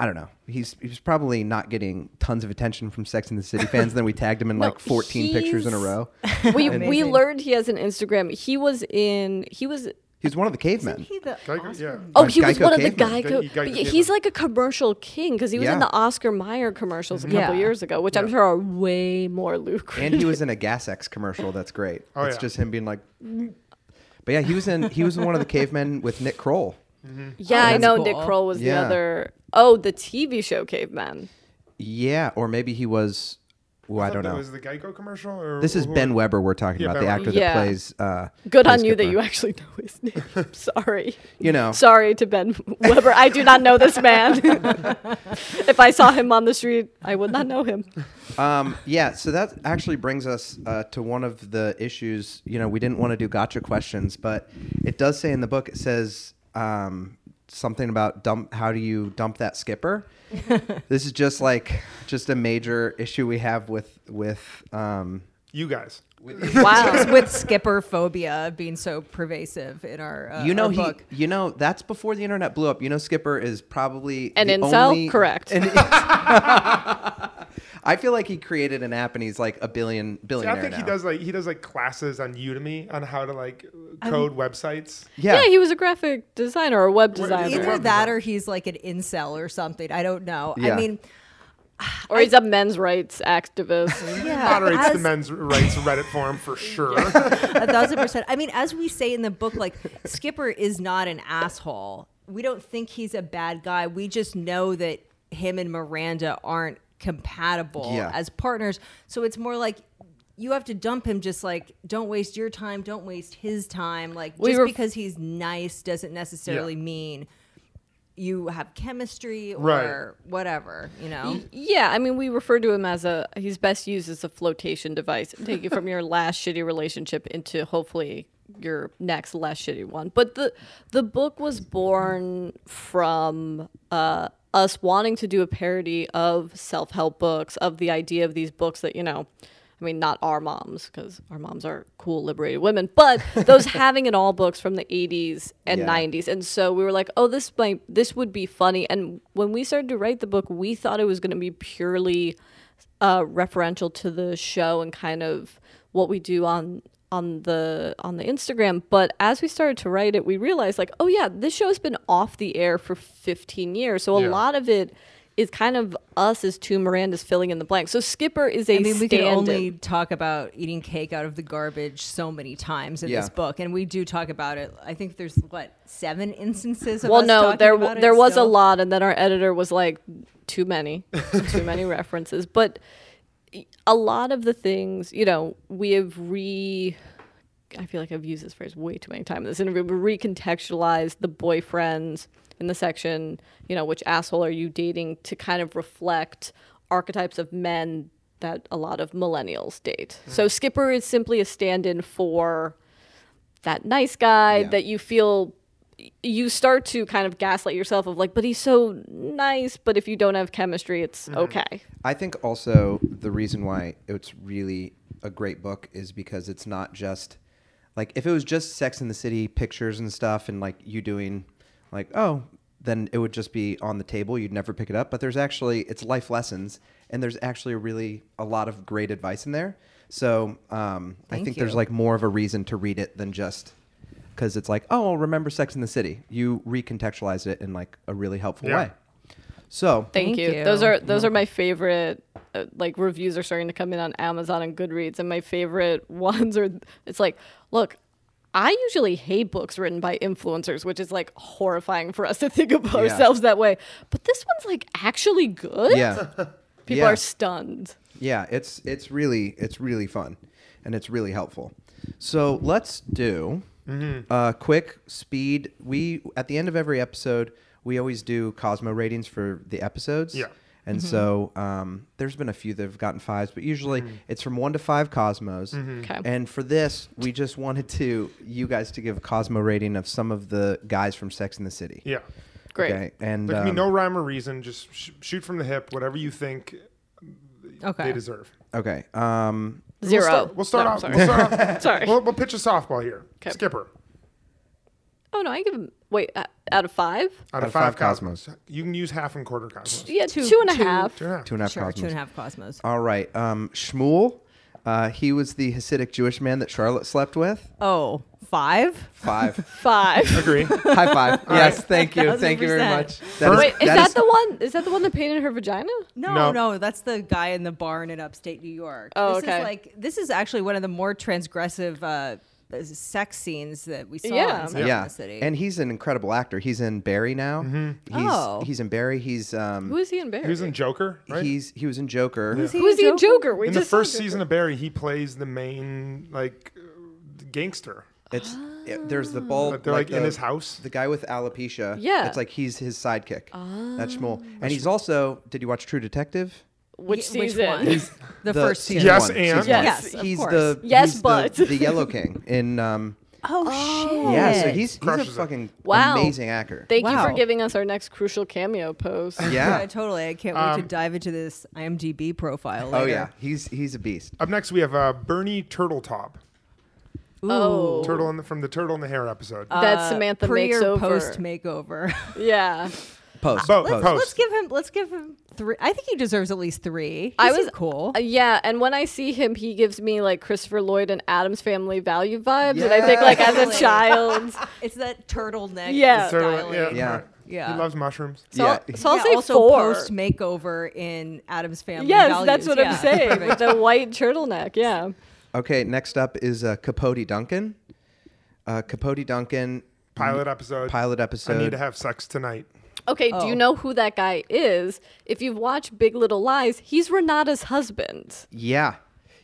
E: I don't know. He's he's probably not getting tons of attention from Sex and the City fans. then we tagged him in like 14 pictures in a
F: he's-
E: row.
F: We we
H: Amazing.
F: learned he has an Instagram. He was in he was
E: He's one of the cavemen.
H: He the
G: Like, yeah.
F: Oh,
E: Like
F: he was
E: Geico
F: one of the
E: caveman.
G: Ge-
F: Geico.
G: Geico
F: But yeah,
G: caveman.
F: he's like a commercial king because he was in
E: Yeah.
F: the Oscar Mayer commercials a
H: Yeah.
F: couple years ago, which I'm sure are way more lucrative.
E: and he was in a Gas X commercial. That's great.
G: Oh,
E: it's
G: yeah.
E: just him being like. "Mm." But yeah, he was in he was in one of the cavemen with Nick Kroll.
F: Yeah, I
H: that's
F: know Nick
H: cool.
F: Kroll was
E: Yeah.
F: the other. Oh, the TV show Caveman.
E: Yeah, or maybe he was. Well, I
G: thought
E: don't
G: that
E: know.
G: Was the Geico commercial? Or
E: This is
G: who-
E: Ben Weber we're talking
G: Yeah,
E: about,
G: Ben
E: the
G: Weber.
E: actor
F: Yeah.
E: that plays. Uh,
F: Good
E: plays
F: on you that
E: Skipper.
F: you actually know his name. I'm Sorry.
E: You know.
F: Sorry to Ben Weber. I do not know this man. if I saw him on the street, I would not know him.
E: Um, yeah, so that actually brings us uh, to one of the issues. You know, we didn't want to do gotcha questions, but it does say in the book, it says um, something about dump. How do you dump that skipper? this is just like just a major issue we have with with. Um,
G: You guys.
F: Wow.
H: just with skipper phobia being so pervasive in our uh,
E: you know
H: our
E: he.
H: book.
E: You know that's before the internet blew up. You know, Skipper is probably
F: An
E: the
F: incel?
E: only-
F: Correct.
E: an- I feel like he created an app and he's like a billion
G: See,
E: billionaire
G: I think he
E: now.
G: does like he does like classes on Udemy on how to like code websites.
F: yeah, he was a graphic designer or web
G: Well, he's a
F: designer.
H: Either
G: web
H: that
G: designer.
H: or he's like an incel or something. I don't know.
E: Yeah.
H: I mean,
F: Or he's a men's rights activist.
H: yeah,
G: Moderates the
H: as-
G: men's rights Reddit forum for sure.
H: a thousand percent. I mean, as we say in the book, like Skipper is not an asshole. We don't think he's a bad guy. We just know that him and Miranda aren't compatible
E: Yeah.
H: as partners. So it's more like you have to dump him. Just like don't waste your time. Don't waste his time. Like
F: We
H: just
F: were-
H: because he's nice doesn't necessarily mean you have chemistry or
G: Right.
H: whatever. You know.
F: Yeah, I mean, we refer to him as a. He's best used as a flotation device, take you from your last shitty relationship into hopefully your next less shitty one. But the the book was born from uh, us wanting to do a parody of self help books, of the idea of these books that you know. I mean, not our moms, because our moms are cool, liberated women, but those having it all books from the 80s and
E: Yeah.
F: 90s. And so we were like, oh, this might, this would be funny. And when we started to write the book, we thought it was going to be purely uh, referential to the show and kind of what we do on on the on the Instagram. But as we started to write it, we realized like, oh yeah, this show's been off the air for 15 years. So a
G: Yeah.
F: lot of it is kind of us as two Mirandas filling in the blank. So Skipper is a
H: I mean, we can
F: stand-in.
H: only talk about eating cake out of the garbage so many times in
E: Yeah.
H: this book, and we do talk about it. I think there's what seven instances. Of
F: well
H: us
F: no
H: talking
F: there
H: about it
F: there was a
H: still?
F: lot and then our editor was like too many too many references but a lot of the things you know we have re i feel like i've used this phrase way too many times in this interview but recontextualized the boyfriends in the section you know which asshole are you dating to kind of reflect archetypes of men that a lot of millennials date so skipper is simply a stand-in for that nice guy that you feel you start to kind of gaslight yourself of like but he's so nice but if you don't have chemistry it's
E: Mm-hmm.
F: okay
E: I think also the reason why it's really a great book is because it's not just like if it was just Sex in the City pictures and stuff and like you doing like oh then it would just be on the table you'd never pick it up but there's actually it's life lessons and there's actually really a lot of great advice in there so um, I think there's
H: you.
E: like more of a reason to read it than just because it's like, oh, I'll remember Sex in the City. You recontextualize it in like a really helpful
G: Yeah.
E: way. So
F: Thank,
H: Thank
F: you.
H: you.
F: Those are those are my favorite. Uh, like reviews are starting to come in on Amazon and Goodreads, and my favorite ones are. It's like, look, I usually hate books written by influencers, which is like horrifying for us to think of ourselves that way. But this one's like actually good.
E: yeah,
F: People
E: yeah.
F: are stunned.
E: yeah, it's it's really it's really fun, and it's really helpful. So let's do a quick speed. We at the end of every episode, we always do Cosmo ratings for the episodes.
G: Yeah.
E: And so um, there's been a few that have gotten fives, but usually it's from one to five Cosmos.
F: Okay.
E: Mm. And for this, we just wanted to you guys to give a Cosmo rating of some of the guys from Sex in the City.
G: Yeah.
F: Great.
E: Okay. And
G: There can be
E: um,
G: no rhyme or reason. Just sh- shoot from the hip, whatever you think they
H: Okay.
G: deserve.
E: okay. Um,
F: 0
G: We'll start
F: No,
G: off.
F: Sorry.
G: We'll start off.
F: Sorry.
G: We'll, we'll pitch a softball here.
F: 'Kay.
G: Skipper,
F: oh no, I give them. Wait, uh, out of five?
G: out of five, cosmos. you can use half and quarter cosmos.
F: Yeah,
H: Two-
F: two and a
H: two.
F: half.
G: Two and a half.
E: two and a half
H: Sure,
E: Cosmos.
H: two and a half cosmos.
E: All right. Um, Shmuel, uh, he was the Hasidic Jewish man that Charlotte slept with.
H: Oh, five?
E: Five.
F: Five.
G: Agree.
E: High five. yes. Thank you.
H: 1000%.
E: Thank you very much.
F: Wait, is that the one? Is that the one that painted her vagina?
H: No,
G: No.
H: no, that's the guy in the barn in upstate New York.
F: Oh,
H: this
F: okay.
H: is like this is actually one of the more transgressive uh, sex scenes that we saw
F: Yeah.
H: in Sex and
E: yeah.
H: the City.
E: And he's an incredible actor. He's in Barry now.
G: Mm-hmm.
E: He's,
H: Oh.
E: He's in Barry. He's um.
F: Who is he in Barry?
G: He was in Joker, right?
E: He's he was in Joker.
F: Who is he in Joker? We
G: in the
F: just
G: first season of Barry, he plays the main like uh, gangster.
E: It's
F: Ah.
E: it- there's the bald.
G: Like, they're like, in
E: the-
G: his house.
E: The guy with alopecia.
F: Yeah. Ah.
E: It's like he's his sidekick. That's Shmuel. And he's also. Did you watch True Detective?
F: which
H: Y-
F: season?
H: One? the, first
E: season
H: two.
G: Yes,
E: one,
G: and-
E: season one.
H: Yes, of
E: he's
H: course.
E: the
F: Yes,
E: he's the-
F: but.
E: the Yellow King in um.
H: Oh, shit!
E: Yeah, so he's, he's a
G: Crushes it.
E: fucking
F: Wow.
E: amazing actor.
F: Thank you for
H: Wow.
F: giving us our next crucial cameo post.
E: yeah.
H: totally. I can't wait to dive into this IMDb profile.
E: Oh
H: later.
E: yeah, he's he's a beast.
G: Up next, we have uh, Bernie Turtletop,
F: Oh,
G: Turtle in the, from the Turtle in the Hair episode.
F: that
H: Uh,
F: Samantha
H: pre
F: makes
H: or
F: over.
H: post makeover.
F: yeah,
E: Post.
G: Bo-
E: post.
G: post.
H: let's give him. Let's give him three. I think he deserves at least three. He
F: I
H: seemed
F: was-
H: cool.
F: Uh, yeah. And when I see him, he gives me like Christopher Lloyd and Adam's Family value vibes, and I think like as a
H: Totally.
F: child.
H: it's that turtleneck.
F: Yeah.
G: Turtle-
H: styling.
G: yeah,
E: Yeah.
G: right.
H: Yeah.
G: He loves mushrooms.
F: So,
E: Yeah.
F: I'll, so I'll
H: Yeah,
F: say
H: also
F: four.
H: post makeover in Adam's family.
F: yes,
H: Values.
F: that's what I'm
H: Yeah.
F: saying. with
H: Perfect.
F: the white turtleneck. Yeah.
E: Okay, next up is uh, Capote Duncan. Uh, Capote Duncan
G: Pilot episode.
E: pilot
G: I need
E: episode.
G: to have sex tonight.
F: Okay. Do
H: Oh.
F: you know who that guy is? If you've watched Big Little Lies, he's Renata's husband.
E: yeah,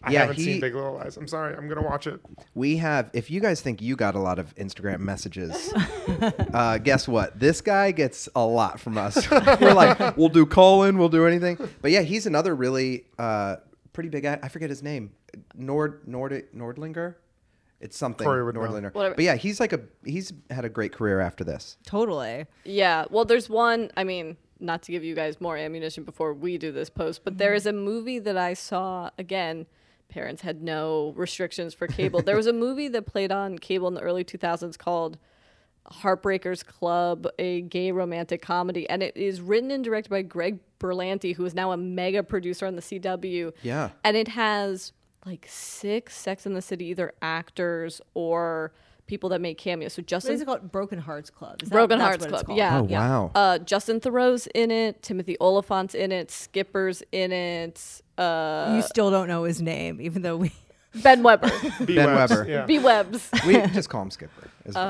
G: I
E: yeah.
G: haven't
E: he,
G: seen Big Little Lies. I'm sorry. I'm gonna watch it.
E: we have. If you guys think you got a lot of Instagram messages, uh, guess what? This guy gets a lot from us. We're like, we'll do call in, we'll do anything. But yeah, he's another really uh, pretty big. act- I forget his name. Nord Nord Nordlinger. It's something
G: Corey would know.
E: Nordlinger.
F: Whatever.
E: But yeah, he's like a he's had a great career after this.
H: Totally.
F: Yeah. Well, there's one. I mean, not to give you guys more ammunition before we do this post, but there is a movie that I saw again. Parents had no restrictions for cable. there was a movie that played on cable in the early 2000s called Heartbreakers Club, a gay romantic comedy, and it is written and directed by Greg Berlanti, who is now a mega producer on the CW.
E: Yeah.
F: and it has like six Sex in the City either actors or people that make cameos. So
H: What is
F: Justin
H: it called? Broken Hearts Club. Is that-
F: Broken
H: that's
F: Hearts
H: what it's
F: Club.
H: called.
F: Yeah.
E: Oh,
F: yeah.
E: wow.
F: Uh, Justin Thoreau's in it. Timothy Oliphant's in it. Skipper's in it. Uh,
H: you still don't know his name, even though we.
F: ben Weber.
G: B.
E: Ben
G: Webb's,
E: Webber.
G: Yeah.
F: B. Webbs.
E: We just call him Skipper. as well.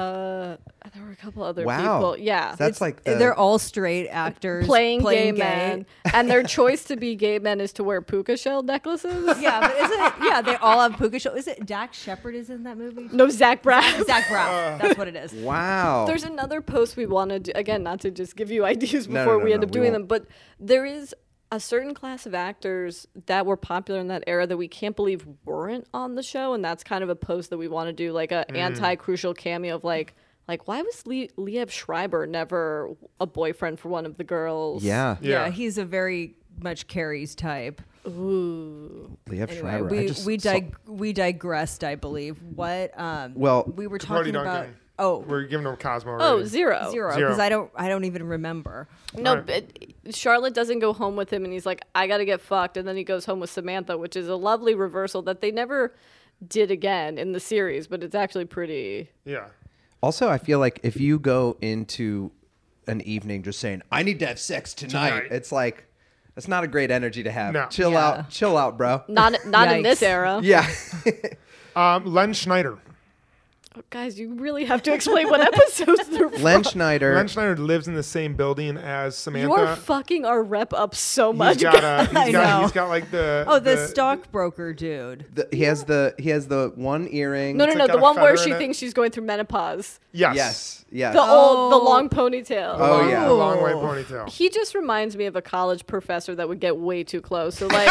F: Uh, there were a couple other
E: wow.
F: people. Yeah.
E: That's like the,
H: They're all straight actors
F: playing, gay, men. and their choice to be gay men is to wear puka shell necklaces.
H: yeah, but isn't it? Yeah, they all have puka shell. Is it Dak Shepard is in that movie?
F: No, Zach Braff.
H: Zach Braff. that's what it is.
E: wow.
F: There's another post we want to do again, not to just give you ideas
E: No, no,
F: before
E: no,
F: we end
E: no,
F: up
E: we
F: doing
E: won't.
F: them, but there is a certain class of actors that were popular in that era that we can't believe weren't on the show, and that's kind of a post that we want to do, like a
E: Mm.
F: anti-crucial cameo of like, like why was Le- Liev Schreiber never a boyfriend for one of the girls?
E: yeah.
H: Yeah.
G: Yeah.
H: he's a very much Carrie's type.
F: Ooh.
E: Liev
H: Anyway,
E: Schreiber. I
H: we
E: just
H: we,
E: saw-
H: dig- we digressed, I believe. What? Um,
E: Well-
H: we were
G: Capote
H: talking about.
G: Duncan.
H: Oh,
G: We're giving him Cosmo.
F: Oh,
G: rating.
F: zero.
H: zero
G: Zero.
H: because I don't I don't even remember.
F: No,
G: Right.
F: but Charlotte doesn't go home with him, and he's like, "I gotta get fucked," and then he goes home with Samantha, which is a lovely reversal that they never did again in the series, but it's actually pretty.
G: Yeah.
E: Also, I feel like if you go into an evening just saying, I need to have sex tonight,
G: Tonight.
E: it's like, that's not a great energy to have.
G: No.
E: Chill out, chill out, bro.
F: Not not in this
H: Yikes.
F: era.
E: Yeah.
G: Um, Len Schneider.
F: Oh, guys, you really have to explain what episodes they're from.
E: Len Schneider.
G: Len Schneider lives in the same building as Samantha.
F: You're fucking our rep up so much.
G: he's got a, he's got,
H: know.
G: he's got like the
H: Oh, the, stockbroker dude.
E: the- he has the he has the one earring.
F: no, no,
G: It's
F: no.
G: like got
F: The
G: a
F: one where
G: feather
F: she
G: in it.
F: thinks she's going through menopause.
G: yes
E: Yes. Yes.
F: The old, the
H: Oh.
F: long ponytail.
E: Oh,
G: long,
E: yeah.
G: the long white ponytail.
F: He just reminds me of a college professor that would get way too close. So like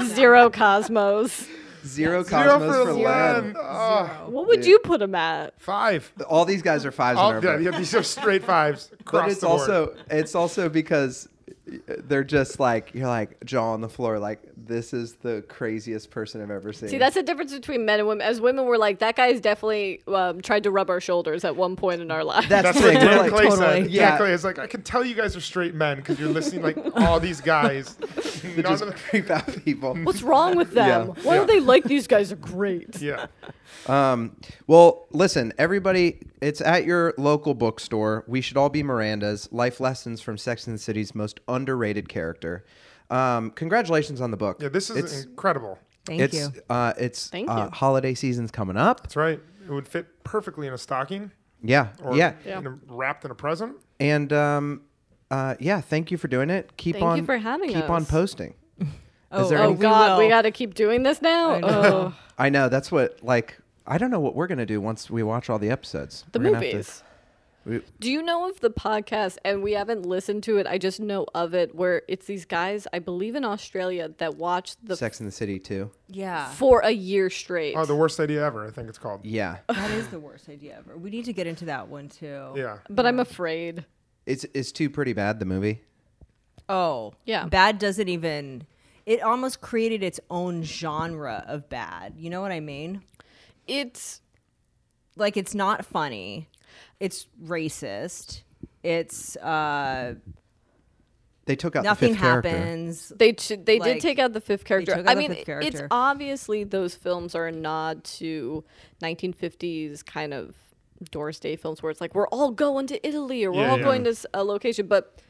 F: zero cosmos.
E: Zero
G: Zero
E: cosmos for Len.
G: Ah,
F: What would you put him at?
G: five.
E: All these guys are fives
G: All,
E: in our
G: yeah,
E: book.
G: yeah, these are straight fives. Across
E: but it's
G: the board.
E: also it's also because they're just like you're like jaw on the floor like this is the craziest person I've ever seen.
F: See, that's the difference between men and women. As women, we're like, that guy's definitely um, tried to rub our shoulders at one point in our life.
E: that's,
G: That's
E: the
G: what
E: thing.
G: Dan
E: We're
G: Clay
E: like,
G: said.
E: totally. Yeah.
G: Dan Clay is like, I can tell you guys are straight men because you're listening like all these guys.
E: they
G: None
E: just
G: of the-
E: creep out people.
F: What's wrong with them?
E: Yeah.
F: Why
G: Yeah.
F: are they like these guys are great?
G: yeah.
E: Um, well, listen, everybody, it's at your local bookstore. We should all be Miranda's life lessons from Sex and the City's most underrated character. Um, congratulations on the book.
G: Yeah, this is
E: It's-
G: incredible.
H: Thank
E: it's,
H: you.
E: Uh, it's
F: Thank
E: uh,
F: you.
E: holiday season's coming up.
G: That's right. It would fit perfectly in a stocking
E: Yeah,
G: or
E: yeah,
F: Yeah.
G: in a- wrapped in a present.
E: and um, uh, yeah. Thank you for doing it. Keep
F: Thank
E: on
F: you for having
E: keep on
F: us.
E: posting.
H: Oh,
E: there
H: oh,
F: Oh,
E: any-
H: we
F: God, we,
H: will.
F: got to keep doing this now?
H: know.
F: Oh,
E: I know that's what like I don't know what we're gonna do once we watch all the episodes.
F: the
E: We're gonna have to-
F: movies.
E: we-
F: Do you know of the podcast? And we haven't listened to it. I just know of it where it's these guys, I believe in Australia, that watch the
E: Sex in the City too.
H: Yeah.
F: for a year straight.
G: Oh, the worst idea ever. I think it's called.
E: Yeah,
H: That is the worst idea ever. We need to get into that one too.
G: Yeah.
F: but I'm afraid.
E: it's it's too pretty bad. The movie.
H: Oh.
F: Yeah.
H: Bad doesn't even it almost created its own genre of bad. You know what I mean?
F: It's
H: Like it's not funny. It's racist. It's uh
E: They took out
H: nothing
E: the fifth character.
H: happens.
F: They t- they did
H: Like,
F: take out the fifth character.
H: took out
F: I
H: the
F: mean,
H: fifth
F: it's
H: character.
F: obviously those films are a nod to 1950s kind of Doris Day films, where it's like we're all going to Italy or we're
G: Yeah,
F: all
G: yeah.
F: going to s- a location. But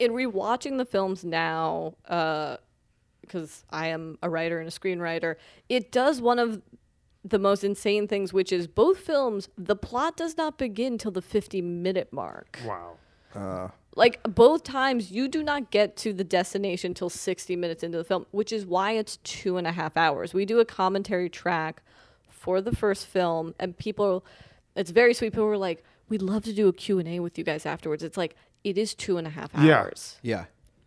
F: in rewatching the films now, because I am a writer and a screenwriter, it does one of the most insane things, which is both films. The plot does not begin till the 50 minute mark
G: Wow.
F: like both times you do not get to the destination till 60 minutes into the film which is why it's two and a half hours we do a commentary track for the first film and people it's very sweet people were like we'd love to do a q&a with you guys afterwards it's like it is two and a half
G: Yeah.
F: hours
E: Yeah,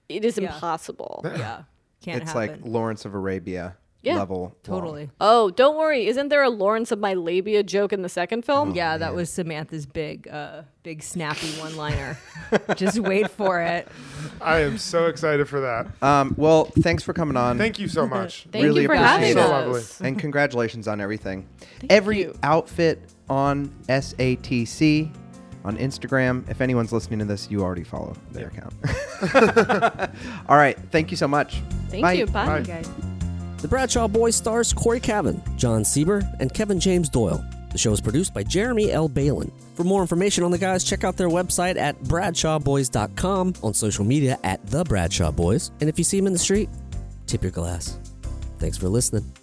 F: it is
H: Yeah.
F: impossible
H: yeah. Can't
E: it's
H: happen.
E: like Lawrence of Arabia
F: Yeah.
E: level. long.
H: totally.
F: oh don't worry isn't there a lawrence of my labia joke in the second film
E: Oh.
H: Yeah, that was Samantha's big uh big snappy one liner. Just wait for it.
G: I am so excited for that.
E: Um, well, thanks for coming on.
G: Thank you so much.
F: thank
E: Really
F: you for
E: appreciate
F: having
E: it. So
F: us
E: and congratulations on everything. Every
F: you.
E: outfit on SATC on Instagram. If anyone's listening to this, you already follow their account. All right. Thank you so much.
F: thank
E: Bye.
F: you bye.
G: Bye.
I: The Bradshaw Boys stars Corey Cavan, John Sieber, and Kevin James Doyle. The show is produced by Jeremy L. Balin. For more information on the guys, check out their website at bradshawboys.com, on social media at The Bradshaw Boys, and if you see them in the street, tip your glass. Thanks for listening.